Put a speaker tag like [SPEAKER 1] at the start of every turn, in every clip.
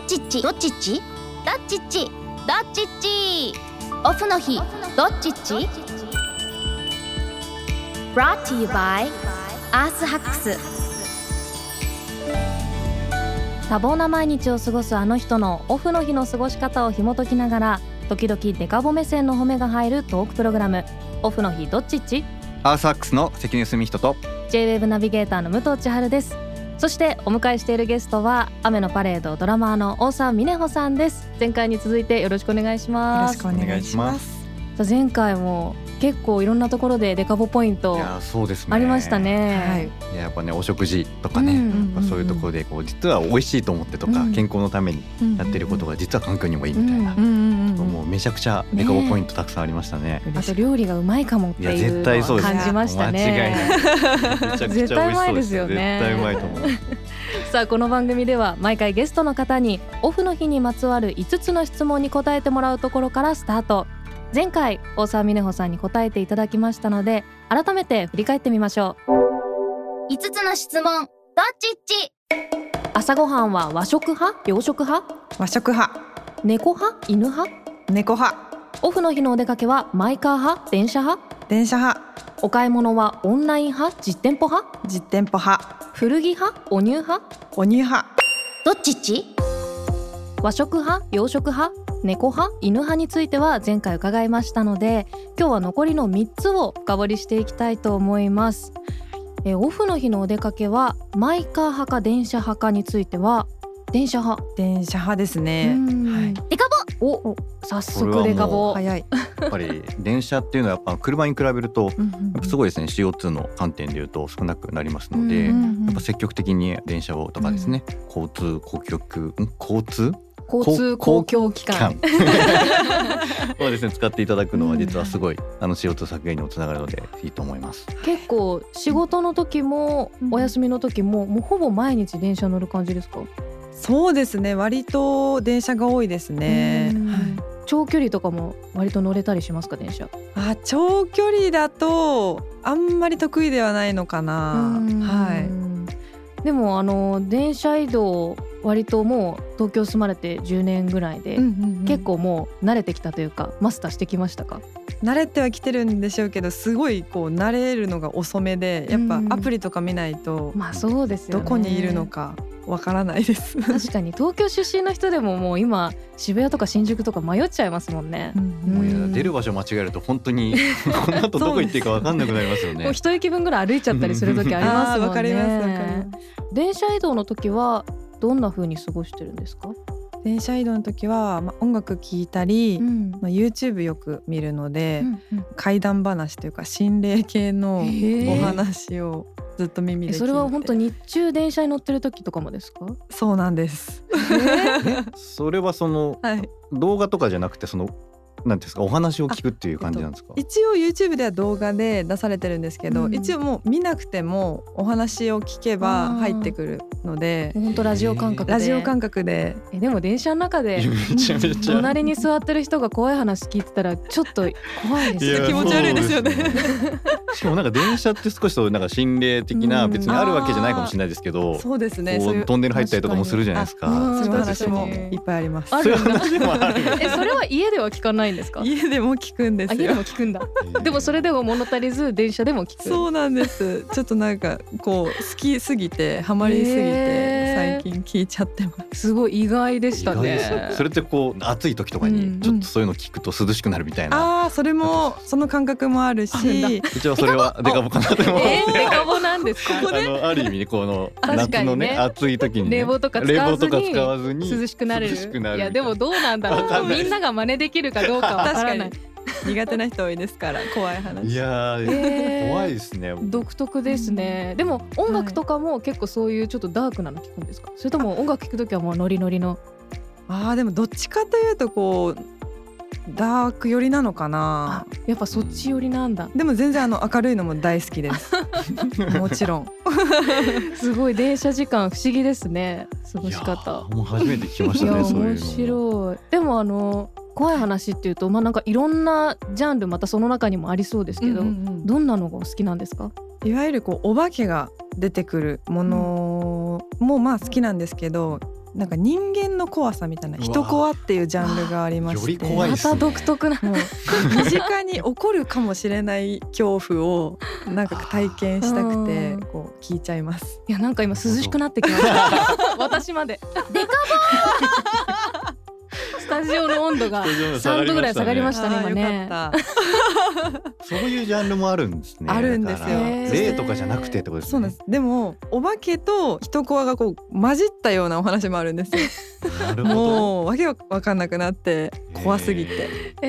[SPEAKER 1] っちっちどっちっちどっちっちどっちっちオフの日どっちっち Brought to you by アースハックス
[SPEAKER 2] 多忙な毎日を過ごすあの人のオフの日の過ごし方を紐解きながら時々デカボ目線の褒めが入るトークプログラム「オフの日どっちっち?
[SPEAKER 3] アースハックスの関根澄人と」
[SPEAKER 2] JWEB ナビゲーターの武藤千春ですそしてお迎えしているゲストは「雨のパレード」ドラマーの大沢美音穂さんです前回に続いてよろしくお願いし
[SPEAKER 4] よ
[SPEAKER 2] ま
[SPEAKER 4] ろ
[SPEAKER 2] す
[SPEAKER 4] しくお願いします。
[SPEAKER 2] さあ前回も結構いろんなところでデカボポイン
[SPEAKER 3] い
[SPEAKER 2] ト
[SPEAKER 3] やーそうですね
[SPEAKER 2] ありましたね
[SPEAKER 4] はい、
[SPEAKER 3] いややっぱねお食事とかね、
[SPEAKER 2] うん
[SPEAKER 3] やっぱそういうところでこう実は美味しいと思ってとか、
[SPEAKER 2] うん
[SPEAKER 3] 健康のために
[SPEAKER 2] うん
[SPEAKER 3] やってることが実は環境にもいいみたいな、
[SPEAKER 2] う
[SPEAKER 4] うんうんうん。
[SPEAKER 3] もうめちゃくちゃデカボポイントたくさんありましたね、
[SPEAKER 2] あと料理がうまいかもって
[SPEAKER 3] いや
[SPEAKER 2] いう
[SPEAKER 3] 絶対
[SPEAKER 2] の
[SPEAKER 3] そう
[SPEAKER 2] を
[SPEAKER 3] です
[SPEAKER 2] 感じましたね
[SPEAKER 3] 間違いないめちゃくちゃ美味しそうですよ
[SPEAKER 2] 絶対うまいですよね
[SPEAKER 3] 絶対うまいと思う
[SPEAKER 2] さあこの番組では毎回ゲストの方にオフの日にまつわる5つの質問に答えてもらうところからスタート前回大沢美音穂さんに答えていただきましたので改めて振り返ってみましょう
[SPEAKER 1] 5つの質問どっちっち
[SPEAKER 2] 朝ごはんは和食派洋食派
[SPEAKER 4] 和食派、
[SPEAKER 2] 猫派犬派
[SPEAKER 4] 猫派、
[SPEAKER 2] オフの日のお出かけはマイカー派電車派
[SPEAKER 4] 電車派、
[SPEAKER 2] お買い物はオンライン派実店舗派
[SPEAKER 4] 実店舗派、
[SPEAKER 2] 古着派お乳派
[SPEAKER 4] お乳派、
[SPEAKER 1] どっちっち
[SPEAKER 2] 和食派洋食派猫派犬派については前回伺いましたので今日は残りの3つを深掘りしていきたいと思いますえーオフの日のお出かけはマイカー派か電車派かについては電車派、
[SPEAKER 4] 電車派です
[SPEAKER 2] う
[SPEAKER 4] ね。
[SPEAKER 2] ん
[SPEAKER 4] はい
[SPEAKER 1] デカ
[SPEAKER 2] おお早
[SPEAKER 3] こ
[SPEAKER 2] 速
[SPEAKER 3] れ
[SPEAKER 2] デ
[SPEAKER 3] はもう
[SPEAKER 2] カボ
[SPEAKER 4] 早い。
[SPEAKER 3] やっぱり電車っていうのはやっぱ車に比べるとやっぱす
[SPEAKER 4] ごい
[SPEAKER 3] ごいですね CO2 の観点でいうと少なくなりますので、
[SPEAKER 2] うん
[SPEAKER 3] や
[SPEAKER 2] うん
[SPEAKER 3] っぱ積極的に電車をとかですね、交通公共ん交通
[SPEAKER 2] 交通
[SPEAKER 3] こ
[SPEAKER 2] 公共機関
[SPEAKER 3] をですね使っていただくのは実はすごい、あの CO2 削減にもつながるのでいいと思います。
[SPEAKER 2] 結構仕事の時も
[SPEAKER 1] うん
[SPEAKER 2] お休みの時ももうほぼ毎日電車乗る感じですか、
[SPEAKER 4] そうですね。割と電車が多いですね
[SPEAKER 2] う。ん
[SPEAKER 4] はい
[SPEAKER 2] 長距離とかも割と乗れたりしますか電車
[SPEAKER 4] あ、長距離だとあんまり得意ではないのかな。はい。
[SPEAKER 2] い。でもあの電車移動割ともう東京住まれて10年ぐらいで、結
[SPEAKER 4] 結構
[SPEAKER 2] 構もう慣れてきたというかマスターしてきましたか。
[SPEAKER 4] 慣れてはきてるんでしょうけど、すごいこう慣れるのが遅めで、やっぱ
[SPEAKER 2] うん
[SPEAKER 4] アプリとか見ないと
[SPEAKER 2] まあそうですよ
[SPEAKER 4] ど
[SPEAKER 2] ね。
[SPEAKER 4] こにいるの。かわからないです。
[SPEAKER 2] 確かに東京出身の人でももう今渋谷とか新宿とか迷っちゃいますもんね。
[SPEAKER 3] もうい
[SPEAKER 2] うん
[SPEAKER 3] や出る場所間違えると本当 にこの後どこ行っていいか分かんなくなりますよ
[SPEAKER 2] も
[SPEAKER 3] ね
[SPEAKER 2] う。一駅分ぐらい歩いちゃったりする時ありますもんね。
[SPEAKER 4] あーわかりますわかりま
[SPEAKER 2] 電車移動の時はどんな風に過ごしてるんですか。
[SPEAKER 4] 電車移動の時は、まあ、音楽聴いたり、
[SPEAKER 2] ん。
[SPEAKER 4] まあ YouTube よく見るので、
[SPEAKER 2] うん
[SPEAKER 4] 怪談話というか心霊系の
[SPEAKER 2] へ
[SPEAKER 4] お
[SPEAKER 2] ー
[SPEAKER 4] 話をずっと
[SPEAKER 2] え
[SPEAKER 4] 耳で聞いて
[SPEAKER 2] それは本当日中電車に乗ってる時とかもですか。
[SPEAKER 4] そうなんです、
[SPEAKER 3] それはその
[SPEAKER 4] はい、
[SPEAKER 3] 動画とかじゃなくてそのなんていうんですかお話を聞くっていう感じなんですか。
[SPEAKER 4] 一応 YouTube では動画で出されてるんですけど、
[SPEAKER 2] うん
[SPEAKER 4] 一応もう見なくてもお話を聞けば入ってくるので
[SPEAKER 2] 本当ラジオ感覚で。
[SPEAKER 4] ラジオ感覚で
[SPEAKER 2] えでも電車の中で
[SPEAKER 3] めちゃめちゃ
[SPEAKER 2] 隣に座ってる人が怖い話聞いてたらちょっと怖いです
[SPEAKER 3] いや
[SPEAKER 2] よ
[SPEAKER 4] 気持ち悪いですよね
[SPEAKER 3] そうでしかもなんか電車って少しそうなんか心霊的な
[SPEAKER 2] うん
[SPEAKER 3] 別にあるわけじゃないかもしれないですけど、こ
[SPEAKER 4] そうですねそういうう
[SPEAKER 3] トンネル入ったりとかもするじゃないです
[SPEAKER 2] あ
[SPEAKER 3] か。
[SPEAKER 4] そういう
[SPEAKER 2] 確
[SPEAKER 4] 話
[SPEAKER 2] か
[SPEAKER 4] も
[SPEAKER 2] に
[SPEAKER 4] いっぱいあります
[SPEAKER 2] あ
[SPEAKER 3] そう
[SPEAKER 2] る
[SPEAKER 3] いうん
[SPEAKER 2] だ
[SPEAKER 3] 話もある。
[SPEAKER 2] えそれは家では聞かないんですか
[SPEAKER 4] 家でも聞くんで
[SPEAKER 2] あ
[SPEAKER 4] す
[SPEAKER 2] 家で
[SPEAKER 4] よ
[SPEAKER 2] も聞くんだ でもそれでも物足りず電車でも聞く
[SPEAKER 4] そうなんです。ちょっとなんかこう好きすぎてハマりすぎて
[SPEAKER 2] へー
[SPEAKER 4] 最近聞いちゃってます。
[SPEAKER 2] すごい意外でした
[SPEAKER 3] 意外です
[SPEAKER 2] ね
[SPEAKER 3] ねそれってこう暑い時とか
[SPEAKER 2] うん
[SPEAKER 3] にちょっとそういうの聞くと涼しくなるみたいな。
[SPEAKER 4] ああーそれもその感覚もあるし、
[SPEAKER 3] 一応それはデカボかなと思っ
[SPEAKER 2] え
[SPEAKER 3] て
[SPEAKER 2] ー、。デカボなんですか
[SPEAKER 4] ここ
[SPEAKER 3] あのある意味この
[SPEAKER 2] 確か
[SPEAKER 3] 夏
[SPEAKER 2] にね
[SPEAKER 3] のね暑い時にね
[SPEAKER 2] 冷房とか使
[SPEAKER 3] 冷
[SPEAKER 2] わずに
[SPEAKER 3] 房とか使わずに
[SPEAKER 2] 涼しくなれる
[SPEAKER 3] 涼しくなる
[SPEAKER 2] いやでもどうなんだ
[SPEAKER 3] わか
[SPEAKER 2] ろうん
[SPEAKER 3] ない
[SPEAKER 2] みんなが真似できるかどうかわからない
[SPEAKER 4] 苦手な人多いですから怖い
[SPEAKER 3] い
[SPEAKER 4] 話。
[SPEAKER 3] やー、
[SPEAKER 2] えー
[SPEAKER 3] 怖いですね。
[SPEAKER 2] 独特ですねでも音楽とかも結構そういうちょっとダークなの聞くんですかそれとも音楽聞くときはもうノリノリの
[SPEAKER 4] ああでもどっちかというとこうダーク寄りなのか
[SPEAKER 2] あ
[SPEAKER 4] な。
[SPEAKER 2] やっぱそっち寄りなんだ、
[SPEAKER 4] でも全然あの明るいのも大好き です。もちろん。
[SPEAKER 2] すごい電車時間不思議ですね過ごし方
[SPEAKER 3] いやーもう初めて聞きまし
[SPEAKER 2] いや
[SPEAKER 3] たね。そういう
[SPEAKER 2] 面
[SPEAKER 3] の。
[SPEAKER 2] 白いでもあの怖い話っていうとまあなんかいろんなジャンルまたその中にもありそうですけど、
[SPEAKER 4] うんうん
[SPEAKER 2] どんなのがお好きなんですか
[SPEAKER 4] うんいわゆるこうお化けが出てくるものもまあ好きなんですけど。なんか人間の怖さみたいな
[SPEAKER 3] うわ
[SPEAKER 4] 人怖っていうジャンルがありまして
[SPEAKER 3] より怖いっ
[SPEAKER 1] ます
[SPEAKER 3] ね
[SPEAKER 1] た独特な
[SPEAKER 4] もう身近に起こるかもしれない恐怖をなんか体験したくて
[SPEAKER 1] うん
[SPEAKER 4] こう聞いちゃいます。
[SPEAKER 1] いやなんか今涼しくなってきました 私まで
[SPEAKER 2] デ
[SPEAKER 1] カ ボースタジオの温度が
[SPEAKER 3] スタジオの
[SPEAKER 1] 3度ぐらい下がりま
[SPEAKER 3] し
[SPEAKER 1] したね
[SPEAKER 4] あー
[SPEAKER 1] 今
[SPEAKER 4] よ
[SPEAKER 1] ね
[SPEAKER 4] かった。
[SPEAKER 3] たそういうジャンルもあるんですね
[SPEAKER 4] あるんです
[SPEAKER 3] だ
[SPEAKER 4] よ
[SPEAKER 3] から
[SPEAKER 1] へー
[SPEAKER 3] 霊とかじゃなくてってことですね
[SPEAKER 4] そうなんです。でもお化けと人コアがこう混じったようなお話もあるんですよ。
[SPEAKER 3] なるほど
[SPEAKER 4] もうわけわかんなくなって怖すぎて。
[SPEAKER 3] へ
[SPEAKER 1] え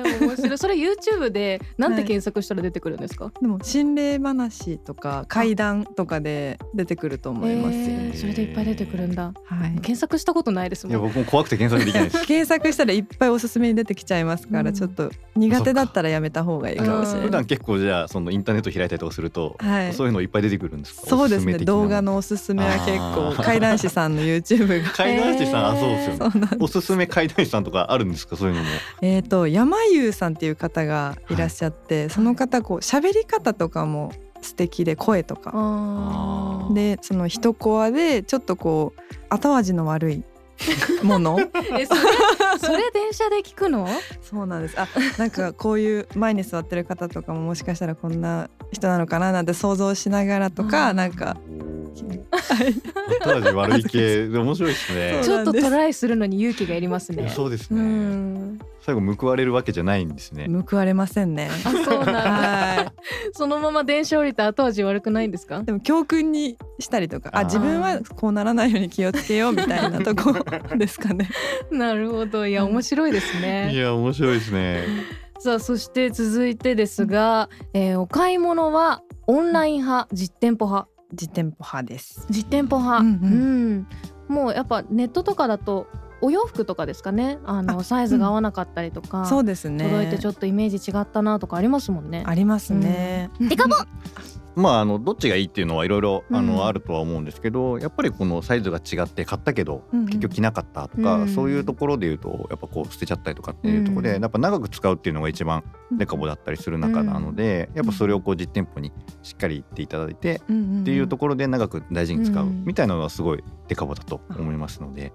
[SPEAKER 1] ー面白いそれ YouTube でなんて検索したら出てくるんですか
[SPEAKER 4] でも心霊話とか怪談とかで出てくると思いますよ。
[SPEAKER 1] えーそれでいっぱい出てくるんだ
[SPEAKER 4] はい。
[SPEAKER 1] 検索したことないです
[SPEAKER 3] ーいや
[SPEAKER 1] もん
[SPEAKER 3] 僕も怖くて検索できないです
[SPEAKER 4] 検索したらいっぱいおすすめに出てきちゃいますから、
[SPEAKER 1] うん
[SPEAKER 4] ちょっと苦手だったらやめた方がいいかもしれ
[SPEAKER 1] うん
[SPEAKER 3] 普
[SPEAKER 4] ない。
[SPEAKER 3] 段結構じゃあそのインターネット開いたりとかすると、
[SPEAKER 4] はい。
[SPEAKER 3] そういうのいっぱい出てくるんですか
[SPEAKER 4] そうです
[SPEAKER 3] おすすめ
[SPEAKER 4] ね。
[SPEAKER 3] 的な
[SPEAKER 4] 動画のおすすめは結
[SPEAKER 3] あ
[SPEAKER 4] 構
[SPEAKER 3] ー
[SPEAKER 4] 怪談師さんの YouTube が
[SPEAKER 3] 怪談師さん、あそうですよ
[SPEAKER 4] そ
[SPEAKER 3] ね
[SPEAKER 4] うなん。
[SPEAKER 3] おすすめ怪談師さんとかあるんですかそういうのも
[SPEAKER 4] えっと山優さんっていう方がいらっしゃって、その方こう喋り方とかも素敵で声とか。
[SPEAKER 1] あー
[SPEAKER 4] でその人コアでちょっとこう後味の悪いもの
[SPEAKER 1] え それそれ電車で聞くの
[SPEAKER 4] そうなんですあなんかこういう前に座ってる方とかももしかしたらこんな人なのかななんて想像しながらと
[SPEAKER 1] あ
[SPEAKER 4] か
[SPEAKER 1] ー
[SPEAKER 4] なんか
[SPEAKER 3] 後味悪い系で面白いですね
[SPEAKER 4] そう
[SPEAKER 1] ちょっとトライするのに勇気がいります
[SPEAKER 3] いや
[SPEAKER 1] ね
[SPEAKER 3] そうです
[SPEAKER 1] う
[SPEAKER 3] ね
[SPEAKER 1] ん
[SPEAKER 3] 最後報われるわけじゃないんですね
[SPEAKER 4] 報われませんね。
[SPEAKER 1] あそうなん だ
[SPEAKER 4] は
[SPEAKER 1] そのまま電車降りた後味悪くないんですか
[SPEAKER 4] い。でも教訓にしたりとか、
[SPEAKER 3] あ
[SPEAKER 4] あ
[SPEAKER 3] ー
[SPEAKER 4] 自分はこうならないように気をつけようみたいなとこですかね。
[SPEAKER 1] なるほどいや
[SPEAKER 4] うん
[SPEAKER 1] 面白いです
[SPEAKER 3] い
[SPEAKER 1] ね。
[SPEAKER 3] や面白いですね
[SPEAKER 1] さあそして続いてですが、えーお買い物はオンライン派実店舗派
[SPEAKER 4] 実店舗派です。
[SPEAKER 1] 実店舗派、う
[SPEAKER 4] うんん
[SPEAKER 1] もうやっぱネットとかだとお洋服とかですかねあの
[SPEAKER 4] あ
[SPEAKER 1] サイズが合わなかったりとか、
[SPEAKER 4] そうですね。
[SPEAKER 1] 届いてちょっとイメージ違ったなとかありますもんね。
[SPEAKER 4] ありますね。
[SPEAKER 2] デカボ
[SPEAKER 3] まああのどっちがいいっていうのはいろいろあ
[SPEAKER 1] うん
[SPEAKER 3] のあるとは思うんですけどやっぱりこのサイズが違って買ったけど
[SPEAKER 4] うんうん
[SPEAKER 3] 結局着なかったとか、
[SPEAKER 1] うん
[SPEAKER 3] そういうところで言うとやっぱこう捨てちゃったりとかっていうところで、
[SPEAKER 1] うん
[SPEAKER 3] やっぱ長く使うっていうのが一番デカボだったりする中なので、やっぱそれをこう実店舗にしっかり行っていただいて、
[SPEAKER 4] うんうんうん
[SPEAKER 3] っていうところで長く大事に使う
[SPEAKER 1] うん
[SPEAKER 3] みたいなのはすごいデカボだと思いますので、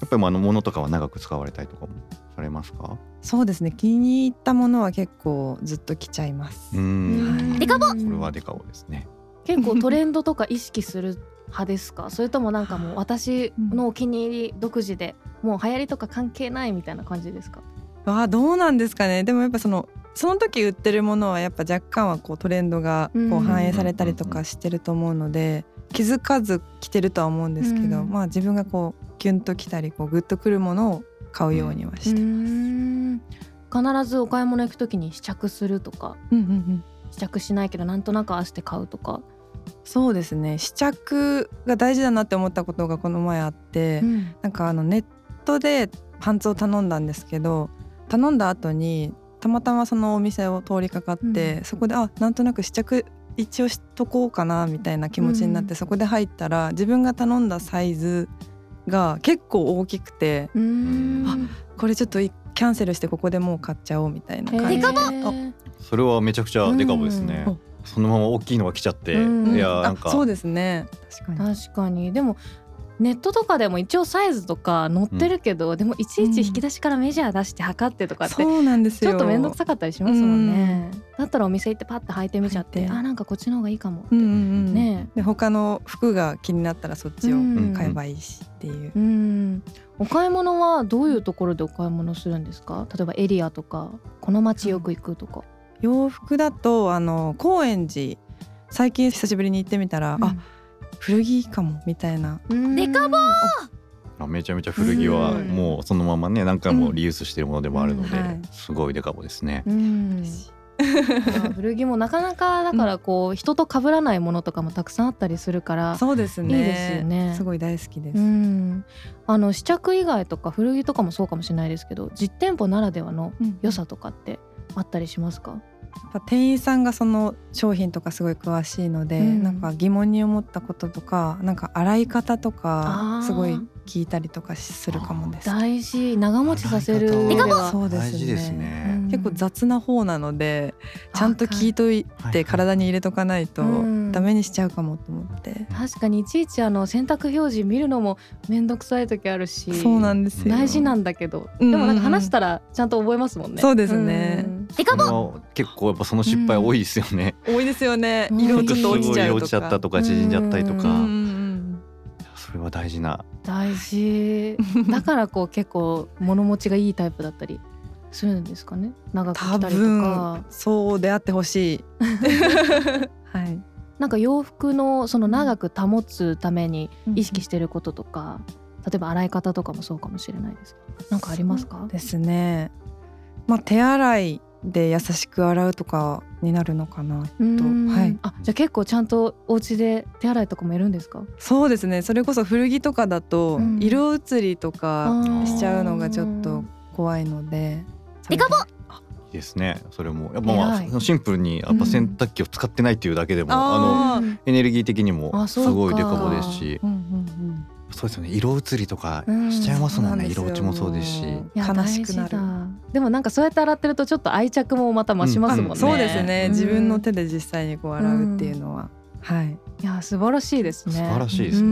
[SPEAKER 3] やっぱりあの物とかは長く使われたりとかもされますか、
[SPEAKER 4] そうですね。気に入ったものは結構ずっと着ちゃいます。
[SPEAKER 3] うん
[SPEAKER 4] はい
[SPEAKER 2] デカ
[SPEAKER 1] ボ
[SPEAKER 3] これはデカボですね。
[SPEAKER 1] 結構トレンドとか意識する派ですかそれともなんかもう私のお気に入り独自でもう流行りとか関係ないみたいな感じですか
[SPEAKER 4] わあどうなんですかね。でもやっぱそのその時売ってるものはやっぱ若干はこうトレンドが
[SPEAKER 1] うん
[SPEAKER 4] こう反映されたりとかしてると思うので気づかず着てるとは思うんですけど、
[SPEAKER 1] うん
[SPEAKER 4] まあ自分がこうキュンときたりこうグッとくるものを買うようにはしてます。
[SPEAKER 1] うん必ずお買い物行く時に試着するとか
[SPEAKER 4] うんうんうん
[SPEAKER 1] 試着しないけどなんとなく合わせて買うとか、
[SPEAKER 4] そうですね試着が大事だなって思ったことがこの前あって、なんかあのネットでパンツを頼んだんですけど頼んだ後にたまたまそのお店を通りかかって、
[SPEAKER 1] う
[SPEAKER 4] そこであなんとなく試着一応しとこうかなみたいな気持ちになって、
[SPEAKER 1] うん
[SPEAKER 4] そこで入ったら自分が頼んだサイズが結構大きくて
[SPEAKER 1] うん
[SPEAKER 3] あ
[SPEAKER 4] これちょっといキャンセルしてここでもう買っちゃおうみたいな感じ
[SPEAKER 2] デカボ
[SPEAKER 4] あ
[SPEAKER 3] それはめちゃくちゃデカボですね。
[SPEAKER 4] うん
[SPEAKER 3] そのまま大きいのが来ちゃって、
[SPEAKER 1] うん
[SPEAKER 3] いや
[SPEAKER 4] あ
[SPEAKER 3] なんか
[SPEAKER 4] そうですね確かに
[SPEAKER 1] 確かにでもネットとかでも一応サイズとか載ってるけど、でもいちいち引き出しからメジャー出して測ってとかって、
[SPEAKER 4] そうなんです
[SPEAKER 1] ち
[SPEAKER 4] よ
[SPEAKER 1] ょっと面倒くさかったりしますもんね、だったらお店行ってパッて履いてみちゃって
[SPEAKER 4] 履いて
[SPEAKER 1] あなんかこっちの方がいいかもって、
[SPEAKER 4] うんうんうん
[SPEAKER 1] ね
[SPEAKER 4] で他の服が気になったらそっちを
[SPEAKER 1] うん
[SPEAKER 4] 買えばいいしっていう
[SPEAKER 1] うんお買い物はどういうところでお買い物するんですか例えばエリアとかこの街よく行くとか、
[SPEAKER 4] 洋服だとあの高円寺最近久しぶりに行ってみたら、あ古着いいかもみたた
[SPEAKER 1] デカボ
[SPEAKER 3] あめちゃめちゃ古着は
[SPEAKER 1] うん
[SPEAKER 3] もうそのままね何回もリユースしてるものでもあるので、
[SPEAKER 4] うんはい
[SPEAKER 3] すごいデカボですね。
[SPEAKER 1] うん
[SPEAKER 4] いな、
[SPEAKER 1] 古着もなかなかだからこう、人と被らないものとかもたくさんあったりするから
[SPEAKER 4] そうですね
[SPEAKER 1] いいですよね
[SPEAKER 4] すごい大好きです、
[SPEAKER 1] うんあの試着以外とか古着とかもそうかもしれないですけど実店舗ならではの良さとかってあったりしますか、
[SPEAKER 4] やっぱ店員さんがその商品とかすごい詳しいので、
[SPEAKER 1] うん
[SPEAKER 4] なんか疑問に思ったこととかなんか洗い方と
[SPEAKER 1] あ
[SPEAKER 4] か
[SPEAKER 1] ー
[SPEAKER 4] すごい聞いたりとかするかもです。
[SPEAKER 1] 大事長持ちさせる
[SPEAKER 3] デカボ
[SPEAKER 4] そうですね
[SPEAKER 3] 大事ですね。
[SPEAKER 4] 結構雑な方なので
[SPEAKER 1] あ
[SPEAKER 4] ちゃんと聞いとい
[SPEAKER 3] はいはい
[SPEAKER 4] て体に入れとかないと
[SPEAKER 1] うん
[SPEAKER 4] ダメにしちゃうかもと思って、
[SPEAKER 1] 確かにいちいちあの選択表示見るのも面倒くさい時あるし
[SPEAKER 4] そうなんですよ
[SPEAKER 1] 大事なんだけど、
[SPEAKER 4] うん
[SPEAKER 1] でもなんか話したらちゃんと覚えますもんね。
[SPEAKER 4] そうですね
[SPEAKER 1] ん
[SPEAKER 2] デカボ
[SPEAKER 3] その結構やっぱその失敗多いですよね。
[SPEAKER 4] 多いですよね
[SPEAKER 1] うん
[SPEAKER 4] 色ちょっ
[SPEAKER 3] す
[SPEAKER 4] と
[SPEAKER 3] ご
[SPEAKER 4] 落ちち
[SPEAKER 3] い
[SPEAKER 4] ゃう
[SPEAKER 3] 落
[SPEAKER 4] と
[SPEAKER 3] ちちゃった
[SPEAKER 4] か
[SPEAKER 3] とか縮んじゃったりと
[SPEAKER 4] うんう
[SPEAKER 3] か
[SPEAKER 4] ん、うん
[SPEAKER 3] それは大事な。
[SPEAKER 1] 大事 だからこう結構物持ちがいいタイプだったりするんですかね長く
[SPEAKER 4] 多
[SPEAKER 1] 着たりとか
[SPEAKER 4] 分そうであってほしい はい
[SPEAKER 1] なんか洋服のその長く保つために意識してることとか、例えば洗い方とかもそうかもしれないですけどなんかありますか
[SPEAKER 4] ですねまあ手洗いで優しく洗うとかになるのかな
[SPEAKER 1] うーん
[SPEAKER 4] はい
[SPEAKER 1] あじゃあ結構ちゃんとお家で手洗いとかもやるんですか
[SPEAKER 4] そうですねそれこそ古着とかだと
[SPEAKER 1] うん
[SPEAKER 4] 色移りとか
[SPEAKER 1] あー
[SPEAKER 4] しちゃうのがちょっと怖いので
[SPEAKER 2] デカボ
[SPEAKER 3] いいですね。それもやっぱまあ
[SPEAKER 1] 偉い
[SPEAKER 3] そのシンプルにやっぱ洗濯機を使ってないっていうだけでも、あの
[SPEAKER 4] あー
[SPEAKER 1] うん
[SPEAKER 3] エネルギー的にも
[SPEAKER 1] あ
[SPEAKER 3] す
[SPEAKER 1] そうか
[SPEAKER 3] ごいデカボですし、
[SPEAKER 4] うんうん
[SPEAKER 3] そうですよね。色移りとか
[SPEAKER 1] うん
[SPEAKER 3] しちゃいますもんね。
[SPEAKER 4] そうなん
[SPEAKER 3] 色
[SPEAKER 4] ですよ
[SPEAKER 3] 落ちもそうですし。
[SPEAKER 1] いや
[SPEAKER 4] 悲しくなる
[SPEAKER 1] 大事だでもなんかそうやって洗ってるとちょっと愛着もまた増しますもんね、
[SPEAKER 4] うん、
[SPEAKER 3] ん
[SPEAKER 4] そうですね、
[SPEAKER 1] うん
[SPEAKER 4] 自分の手で実際にこう洗うっていうのは、はい
[SPEAKER 1] いや素晴らしいですね
[SPEAKER 3] 素晴らしいです
[SPEAKER 1] う
[SPEAKER 3] ね。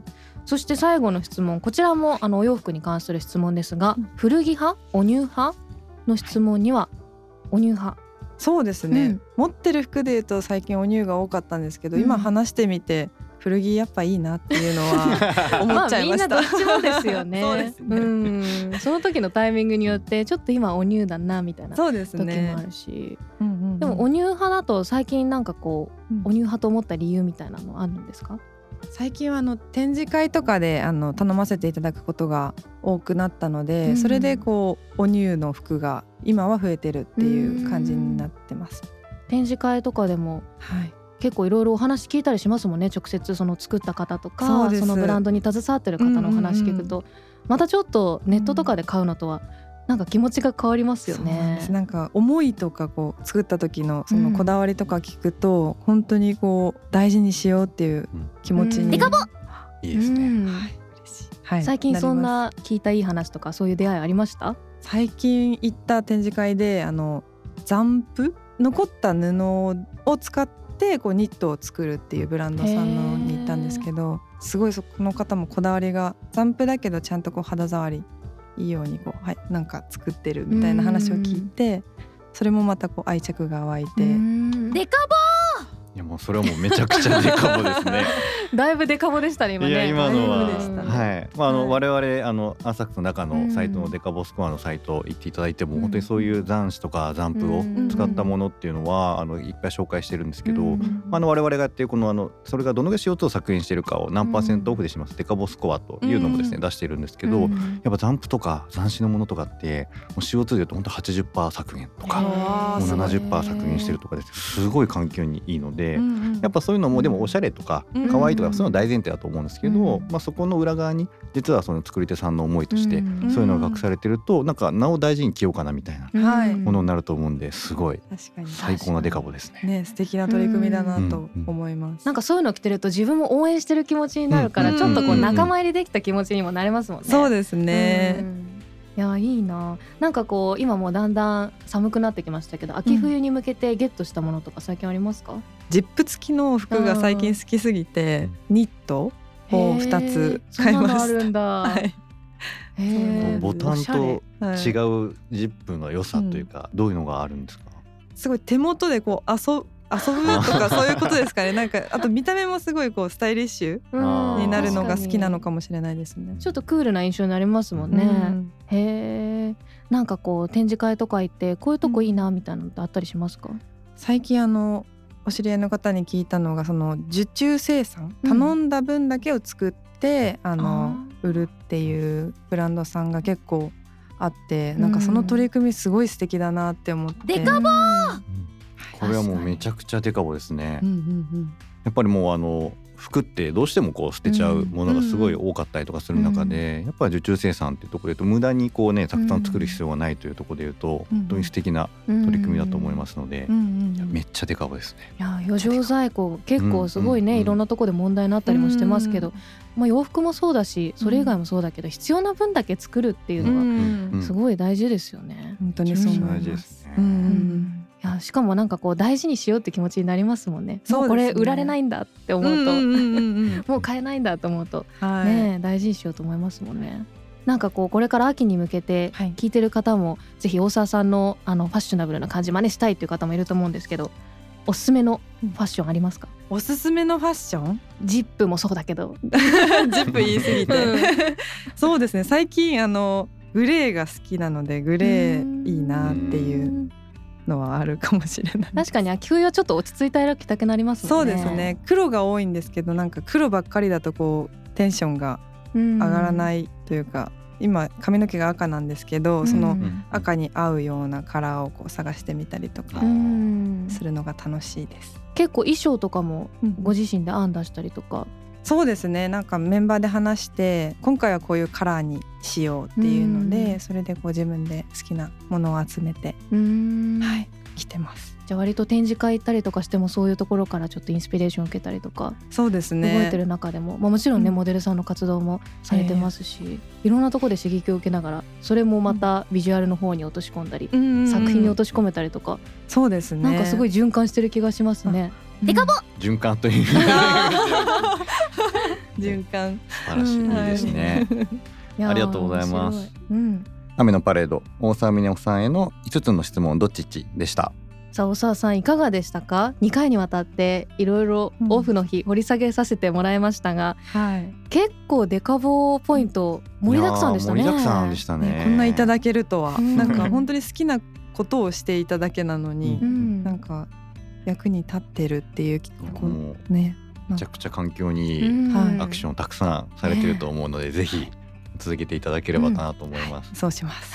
[SPEAKER 1] ん、そして最後の質問こちらもあのお洋服に関する質問ですが、古着派お乳派の質問にはお乳派
[SPEAKER 4] そうですね、
[SPEAKER 1] うん
[SPEAKER 4] 持ってる服でいうと最近お乳が多かったんですけど、
[SPEAKER 1] うん
[SPEAKER 4] 今話してみて古着やっぱいいなっていう のは思っちゃいました、
[SPEAKER 1] あ、みんなどっちもですよね
[SPEAKER 4] そうですね、
[SPEAKER 1] うんその時のタイミングによってちょっと今お乳だなみたいな時
[SPEAKER 4] そうですね
[SPEAKER 1] もあるし
[SPEAKER 4] うんうんうん
[SPEAKER 1] でもお乳派だと最近なんかこうお乳派と思った理由みたいなのあるんですか
[SPEAKER 4] 最近はあの展示会とかであの頼ませていただくことが多くなったので、
[SPEAKER 1] うん
[SPEAKER 4] それでこうお乳の服が今は増えてるっていう感じになってます、
[SPEAKER 1] 展示会とかでも
[SPEAKER 4] はい
[SPEAKER 1] 結構いろいろお話聞いたりしますもんね直接その作った方と
[SPEAKER 4] そ
[SPEAKER 1] か
[SPEAKER 4] う
[SPEAKER 1] そ
[SPEAKER 4] です
[SPEAKER 1] のブランドに携わってる方のお話聞くと、またちょっとネットとかで買うのとはなんか気持ちが変わりますよ
[SPEAKER 4] そうなん
[SPEAKER 1] ね
[SPEAKER 4] です。なんか思いとかこう作った時のそのこだわりとか聞くと、本当にこう大事にしようっていう気持ちに、
[SPEAKER 1] うんデカボ
[SPEAKER 3] いいですね。
[SPEAKER 1] うん
[SPEAKER 4] はい嬉しいはい
[SPEAKER 1] 最近そん
[SPEAKER 4] りま
[SPEAKER 1] な聞いたいい話とかそういう出会いありました？
[SPEAKER 4] す最近行った展示会であの残布残った布を使ってこうニットを作るっていうブランドさんのに行ったんですけどすごいそこの方もこだわりが残布だけどちゃんとこう肌触りいいようにこう、はい、なんか作ってるみたいな話を聞いてそれもまたこう愛着が湧いて。
[SPEAKER 2] デカボ
[SPEAKER 3] いやもうそれはもうめちゃくちゃデカボですね。
[SPEAKER 1] だいぶデカボでしたね今ね。
[SPEAKER 3] いや今のは、
[SPEAKER 4] だいぶでしたね
[SPEAKER 3] はい、まああの、
[SPEAKER 4] は
[SPEAKER 3] 我々あの浅草の中のサイト
[SPEAKER 1] う
[SPEAKER 3] の
[SPEAKER 1] ん
[SPEAKER 3] デカボスコアのサイト行っていただいても、
[SPEAKER 1] うん
[SPEAKER 3] 本当にそういう残紙とか残布を
[SPEAKER 1] うん
[SPEAKER 3] 使ったものっていうのは、あのいっぱい紹介してるんですけど、
[SPEAKER 1] うん
[SPEAKER 3] まああの我々がやっているこのあのそれがどのぐらい CO2 を削減してるかを何パーセントオフでします、デカボスコアというのもですね、
[SPEAKER 4] うん
[SPEAKER 3] 出してるんですけ
[SPEAKER 1] う
[SPEAKER 3] ど、
[SPEAKER 1] ん
[SPEAKER 3] やっぱ残布とか斬新のものとかってもう CO2 で言うと本当80%削減と
[SPEAKER 4] へ
[SPEAKER 3] か、も
[SPEAKER 4] ー
[SPEAKER 3] う
[SPEAKER 4] すごい
[SPEAKER 3] 70%削減してるとかですすごい環境にいいので、やっぱ
[SPEAKER 4] そ
[SPEAKER 3] そういうのもでもおしゃれとか
[SPEAKER 4] うん
[SPEAKER 3] 可愛いとかそういうの大前提だと思うんですけど、
[SPEAKER 1] うん
[SPEAKER 3] まあ、そこの裏側に実はその作り手さんの思いとして
[SPEAKER 1] うん
[SPEAKER 3] そういうのが隠されてるとなんかなお大事に着ようかなみたいな
[SPEAKER 1] うん
[SPEAKER 4] はい
[SPEAKER 3] ものになると思うんですごい
[SPEAKER 4] 確かに
[SPEAKER 3] 最高なデカボですね。
[SPEAKER 4] ね素敵な取り組みだなと思います。
[SPEAKER 1] なんかそういうの着てると自分も応援してる気持ちになるから、
[SPEAKER 4] うん
[SPEAKER 1] ちょっとこう仲間入りできた気持ちにもなれますもんね。
[SPEAKER 4] そうです
[SPEAKER 1] う
[SPEAKER 4] ね。
[SPEAKER 1] んいやいいななんかこう今もうだんだん寒くなってきましたけど秋冬に向けてゲットしたものとか最近ありますか、
[SPEAKER 4] ジップ付きの服が最近好きすぎてニットを
[SPEAKER 1] へー
[SPEAKER 4] 二つ買いました
[SPEAKER 1] そんなのあるんだ、
[SPEAKER 4] はい
[SPEAKER 1] へ
[SPEAKER 3] こ
[SPEAKER 1] ー
[SPEAKER 3] うボタ
[SPEAKER 1] お
[SPEAKER 3] ン
[SPEAKER 1] しゃれ
[SPEAKER 3] と
[SPEAKER 4] はい
[SPEAKER 3] 違うジップの良さというかどういうのがあるんですか、
[SPEAKER 4] すごい手元でこう遊ぶ遊ぶとかそういうことで すかね。なんかあと見た目もすごいこうスタイリッシュ
[SPEAKER 3] あー
[SPEAKER 4] になるのが好きなの
[SPEAKER 1] も
[SPEAKER 4] かもしれないですね。
[SPEAKER 1] ちょっとクールな印象になりますもんね、
[SPEAKER 4] うん
[SPEAKER 1] へえなんかこう展示会とか行ってこういうとこいいなみたいなのってあったりしますか、
[SPEAKER 4] 最近あのお知り合いの方に聞いたのがその受注生産
[SPEAKER 1] うん
[SPEAKER 4] 頼んだ分だけを作って、あの
[SPEAKER 1] あ
[SPEAKER 4] 売るっていうブランドさんが結構あってなん
[SPEAKER 1] う
[SPEAKER 4] か
[SPEAKER 1] ん
[SPEAKER 4] その取り組みすごい素敵だなって思って。
[SPEAKER 2] デカ
[SPEAKER 1] ボー
[SPEAKER 3] これはもうめちゃくちゃデカボですね、
[SPEAKER 4] うんうん
[SPEAKER 3] やっぱりもうあの服ってどうしてもこう捨てちゃうものがすごい多かったりとかする中で、やっぱり受注生産っていうところで言うと無駄にこうねたくさん作る必要がないというところで言うと、
[SPEAKER 4] うん
[SPEAKER 3] 本当に素敵な
[SPEAKER 1] 取
[SPEAKER 3] 取り組みだと思いますので、
[SPEAKER 4] うんうん
[SPEAKER 3] めっちゃデカボですね。
[SPEAKER 1] いや余剰在庫結構すごいね、
[SPEAKER 3] うん
[SPEAKER 1] いろんなとこで問題になったりもしてますけど、
[SPEAKER 4] うん
[SPEAKER 1] まあ、洋服もそうだしそれ以外もそうだけど、必要な分だけ作るっていう
[SPEAKER 4] う
[SPEAKER 1] のは
[SPEAKER 4] ん
[SPEAKER 3] うん
[SPEAKER 1] すごい大事ですよね。
[SPEAKER 4] 本当にそう思
[SPEAKER 3] 大
[SPEAKER 4] い
[SPEAKER 3] 事で
[SPEAKER 4] ますす。
[SPEAKER 3] ね。
[SPEAKER 4] うん
[SPEAKER 1] うんいやしかもなんかこう大事にしようって気持ちになりますもんね。
[SPEAKER 4] そ
[SPEAKER 1] もう
[SPEAKER 4] うですね
[SPEAKER 1] これ売られないんだって思
[SPEAKER 4] うん
[SPEAKER 1] うと、
[SPEAKER 4] うんうんうん
[SPEAKER 1] もう買えないんだと思うと、
[SPEAKER 4] はい
[SPEAKER 1] ねえ大事にしようと思いますもんね。なんかこうこれから秋に向けて
[SPEAKER 4] はい
[SPEAKER 1] 聞いてる方もぜひ大沢さんのあのファッショナブルな感じ真似したいっていう方もいると思うんですけどおすすめのファッションありますか、
[SPEAKER 4] おすすめのファッション
[SPEAKER 1] ジップもそうだけど、
[SPEAKER 4] ジップ言い過ぎて、 そうですね最近あのグレーが好きなのでグレーいいなっていうのはあるかもしれない
[SPEAKER 1] 確かに秋冬はちょっと落ち着いた色着たくなります
[SPEAKER 4] そ
[SPEAKER 1] も
[SPEAKER 4] うん
[SPEAKER 1] ね。
[SPEAKER 4] ですね黒が多いんですけどなんか黒ばっかりだとこうテンションが
[SPEAKER 1] うん。。
[SPEAKER 4] 上がらないいというか、今髪の毛が赤なんですけど、
[SPEAKER 1] うん
[SPEAKER 4] そ
[SPEAKER 3] う
[SPEAKER 4] の
[SPEAKER 3] ん
[SPEAKER 4] 赤に合うようなカラーをこう探してみたりとか
[SPEAKER 1] うん
[SPEAKER 4] するのが楽しいです。
[SPEAKER 1] 結構衣装とかもご
[SPEAKER 4] ごじ
[SPEAKER 1] 自身で編んだしたりとか。
[SPEAKER 4] そうですねなんかメンバーで話して今回はこういうカラーにしようっていうので、
[SPEAKER 1] うん
[SPEAKER 4] それでこう自分で好きなものを集めて、
[SPEAKER 1] うん
[SPEAKER 4] はい着てます。
[SPEAKER 1] じゃあ割と展示会行ったりとかしてもそういうところからちょっとインスピレーション受けたりとか、
[SPEAKER 4] そうですね
[SPEAKER 1] 動いてる中でも、まあ、もちろんね、
[SPEAKER 4] うん
[SPEAKER 1] モデルさんの活動もされてますし、いろんなところで刺激を受けながらそれもまたビジュアルの方に落とし込んだり、
[SPEAKER 4] うんうんうん
[SPEAKER 1] 作品に落とし込めたりとか、
[SPEAKER 4] そうですね
[SPEAKER 1] なんかすごい循環してる気がしますね。
[SPEAKER 2] デカ
[SPEAKER 1] ボ
[SPEAKER 3] 循環という素
[SPEAKER 4] 循環
[SPEAKER 3] 晴らしいいいですね。ありがとうございます。
[SPEAKER 1] いやー面白うん
[SPEAKER 3] 雨のパレード大沢みねおさんへの5つの質問どっちっちでした
[SPEAKER 1] さあ、おさわさんいかがでしたか2回にわたっていろいろ
[SPEAKER 4] うん
[SPEAKER 1] オフの日掘り下げさせてもらいましたが、
[SPEAKER 4] はい
[SPEAKER 1] 結構デカボポイント盛りだくさんでしたね
[SPEAKER 3] いやー盛りだくさんでしたね
[SPEAKER 4] ね、こんないただけるとは、
[SPEAKER 1] うん
[SPEAKER 4] なんか本当に好きなことをしていただけなのに
[SPEAKER 1] う、ん
[SPEAKER 4] なんか役に立ってるっていうこう
[SPEAKER 3] もう
[SPEAKER 4] ね
[SPEAKER 3] めちゃくちゃ環境にいい
[SPEAKER 4] はい
[SPEAKER 3] アクションをたくさんされてると思うので、ぜひ続けていただければなと思います、
[SPEAKER 4] そうします。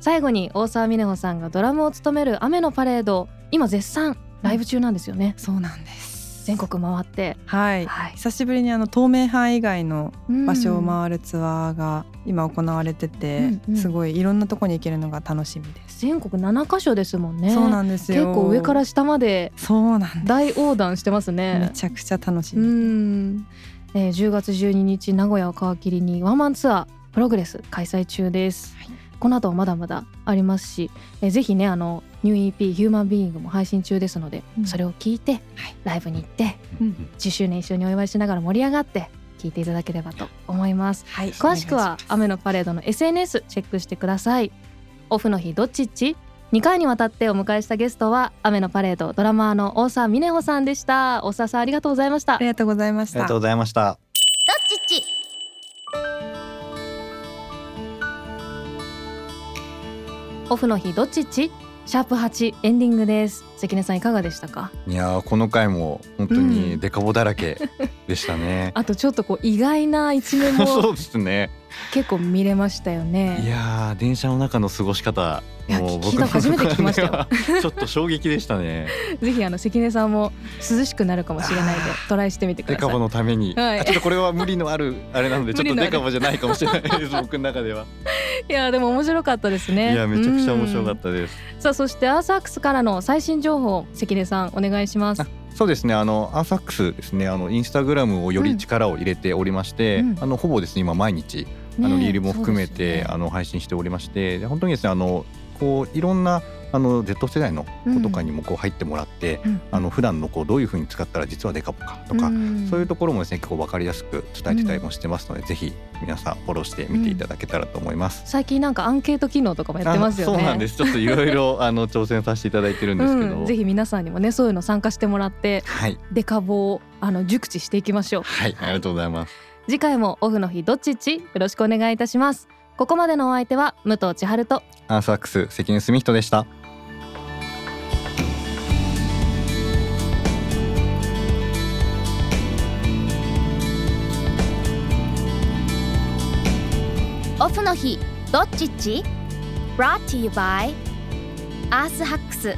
[SPEAKER 1] 最後に大沢みねほさんがドラムを務める雨のパレード今絶賛ライブ中なんですよね
[SPEAKER 4] そうなんです。
[SPEAKER 1] 全国回って
[SPEAKER 4] はい。
[SPEAKER 1] はい
[SPEAKER 4] 久しぶりにあの東名阪以外の場所を
[SPEAKER 1] っ
[SPEAKER 4] 回るツアーが今行われてて、
[SPEAKER 1] うんうん
[SPEAKER 4] すごいいろんなとこに行けるのが楽しみです。
[SPEAKER 1] 全国7箇所ですもんね
[SPEAKER 4] そうんなんです
[SPEAKER 1] 結
[SPEAKER 4] よ。
[SPEAKER 1] 構上から。下まで
[SPEAKER 4] そうなんです。
[SPEAKER 1] 大横断してます
[SPEAKER 4] め
[SPEAKER 1] ね
[SPEAKER 4] ちゃくちゃ楽し
[SPEAKER 1] う
[SPEAKER 4] み。
[SPEAKER 1] ん、えー、10月12日名古屋を皮切りにワンマンツアープログレス開催中です、
[SPEAKER 4] はい
[SPEAKER 1] この後まだまだありますし、えー、ぜひねあのニュー EP ヒューマンビーイングも配信中ですので、
[SPEAKER 4] うん
[SPEAKER 1] それを聞いて、ライブに行って
[SPEAKER 3] うん
[SPEAKER 1] 10周年一緒にお祝いしながら盛り上がって聞いていただければと思います
[SPEAKER 4] はい。
[SPEAKER 1] 詳しく
[SPEAKER 4] お願い
[SPEAKER 1] は
[SPEAKER 4] ます
[SPEAKER 1] 雨のパレードの SNS チェックしてくださいオフの日どっちっち2回にわたってお迎えしたゲストは雨のパレードドラマーの大沢美音穂さんでした大沢さんありがとうございました
[SPEAKER 4] ありがとうございまし
[SPEAKER 3] ありが
[SPEAKER 4] た
[SPEAKER 3] とう。ございました
[SPEAKER 2] っちっち
[SPEAKER 1] オフの日どっちっちシャープ8エンディングです関根さんいかがでしたか
[SPEAKER 3] いやーこの回も本当にデカボだらけでしたね、
[SPEAKER 1] あとちょっとこう意外な一面 も
[SPEAKER 3] そうですね
[SPEAKER 1] 結構見れましたよ
[SPEAKER 3] い
[SPEAKER 1] ね
[SPEAKER 3] やー電車の中の過ごし方
[SPEAKER 1] いや
[SPEAKER 3] もう
[SPEAKER 1] 聞いた初めて聞きましたよ
[SPEAKER 3] 僕の中ではちょっと衝撃でしたね
[SPEAKER 1] ぜひあの関根さんも涼しくなるかもしれないでトライしてみてく
[SPEAKER 3] デ
[SPEAKER 1] ださ
[SPEAKER 3] カ
[SPEAKER 1] い
[SPEAKER 3] ボのために、
[SPEAKER 1] はい
[SPEAKER 3] あちょっとこれは無理のあるあれなのでちょっ
[SPEAKER 1] 無理
[SPEAKER 3] と
[SPEAKER 1] のあ
[SPEAKER 3] デ
[SPEAKER 1] る
[SPEAKER 3] カボじゃないかもしれないです僕の中では、
[SPEAKER 1] いやでも面白かったですね
[SPEAKER 3] いやめちゃくちゃ面白か
[SPEAKER 1] うん
[SPEAKER 3] ったです
[SPEAKER 1] さあそしてアーサークスからの最新情報関根さんお願いします
[SPEAKER 3] あそうですねあのアーサックスですねあのインスタグラムをより力を入れておりまして、
[SPEAKER 1] うんうん
[SPEAKER 3] あのほぼですね今毎日、あのリールも含めて、あの配信しておりましてで本当にですねあのこういろんのあの Z 世代の子とかにもこう入ってもらって、あの普段のこうどういう風に使ったら実はデカボかとか、そういうところもですね結構わかりやすく伝えてたりもしてますので、ぜひ皆さんフォローして見ていただけたらと思います。
[SPEAKER 1] 最近なんかアンケート機能とかもやってますよね
[SPEAKER 3] あそうなんですすちょっといろい ろあの挑戦させていただいてるんですけど、
[SPEAKER 1] ぜひ皆さんにもねそういうの参加してもらって
[SPEAKER 3] はい
[SPEAKER 1] デカボをあの熟知していきましょう
[SPEAKER 3] はいありがとうございます。
[SPEAKER 1] 次回もオフの日どっちっちよろしくお願いいたしますここまでのお相手は武藤千春と
[SPEAKER 3] アーサックス関根澄人でした。
[SPEAKER 2] オフの日どっちっち Brought to you by アースハックス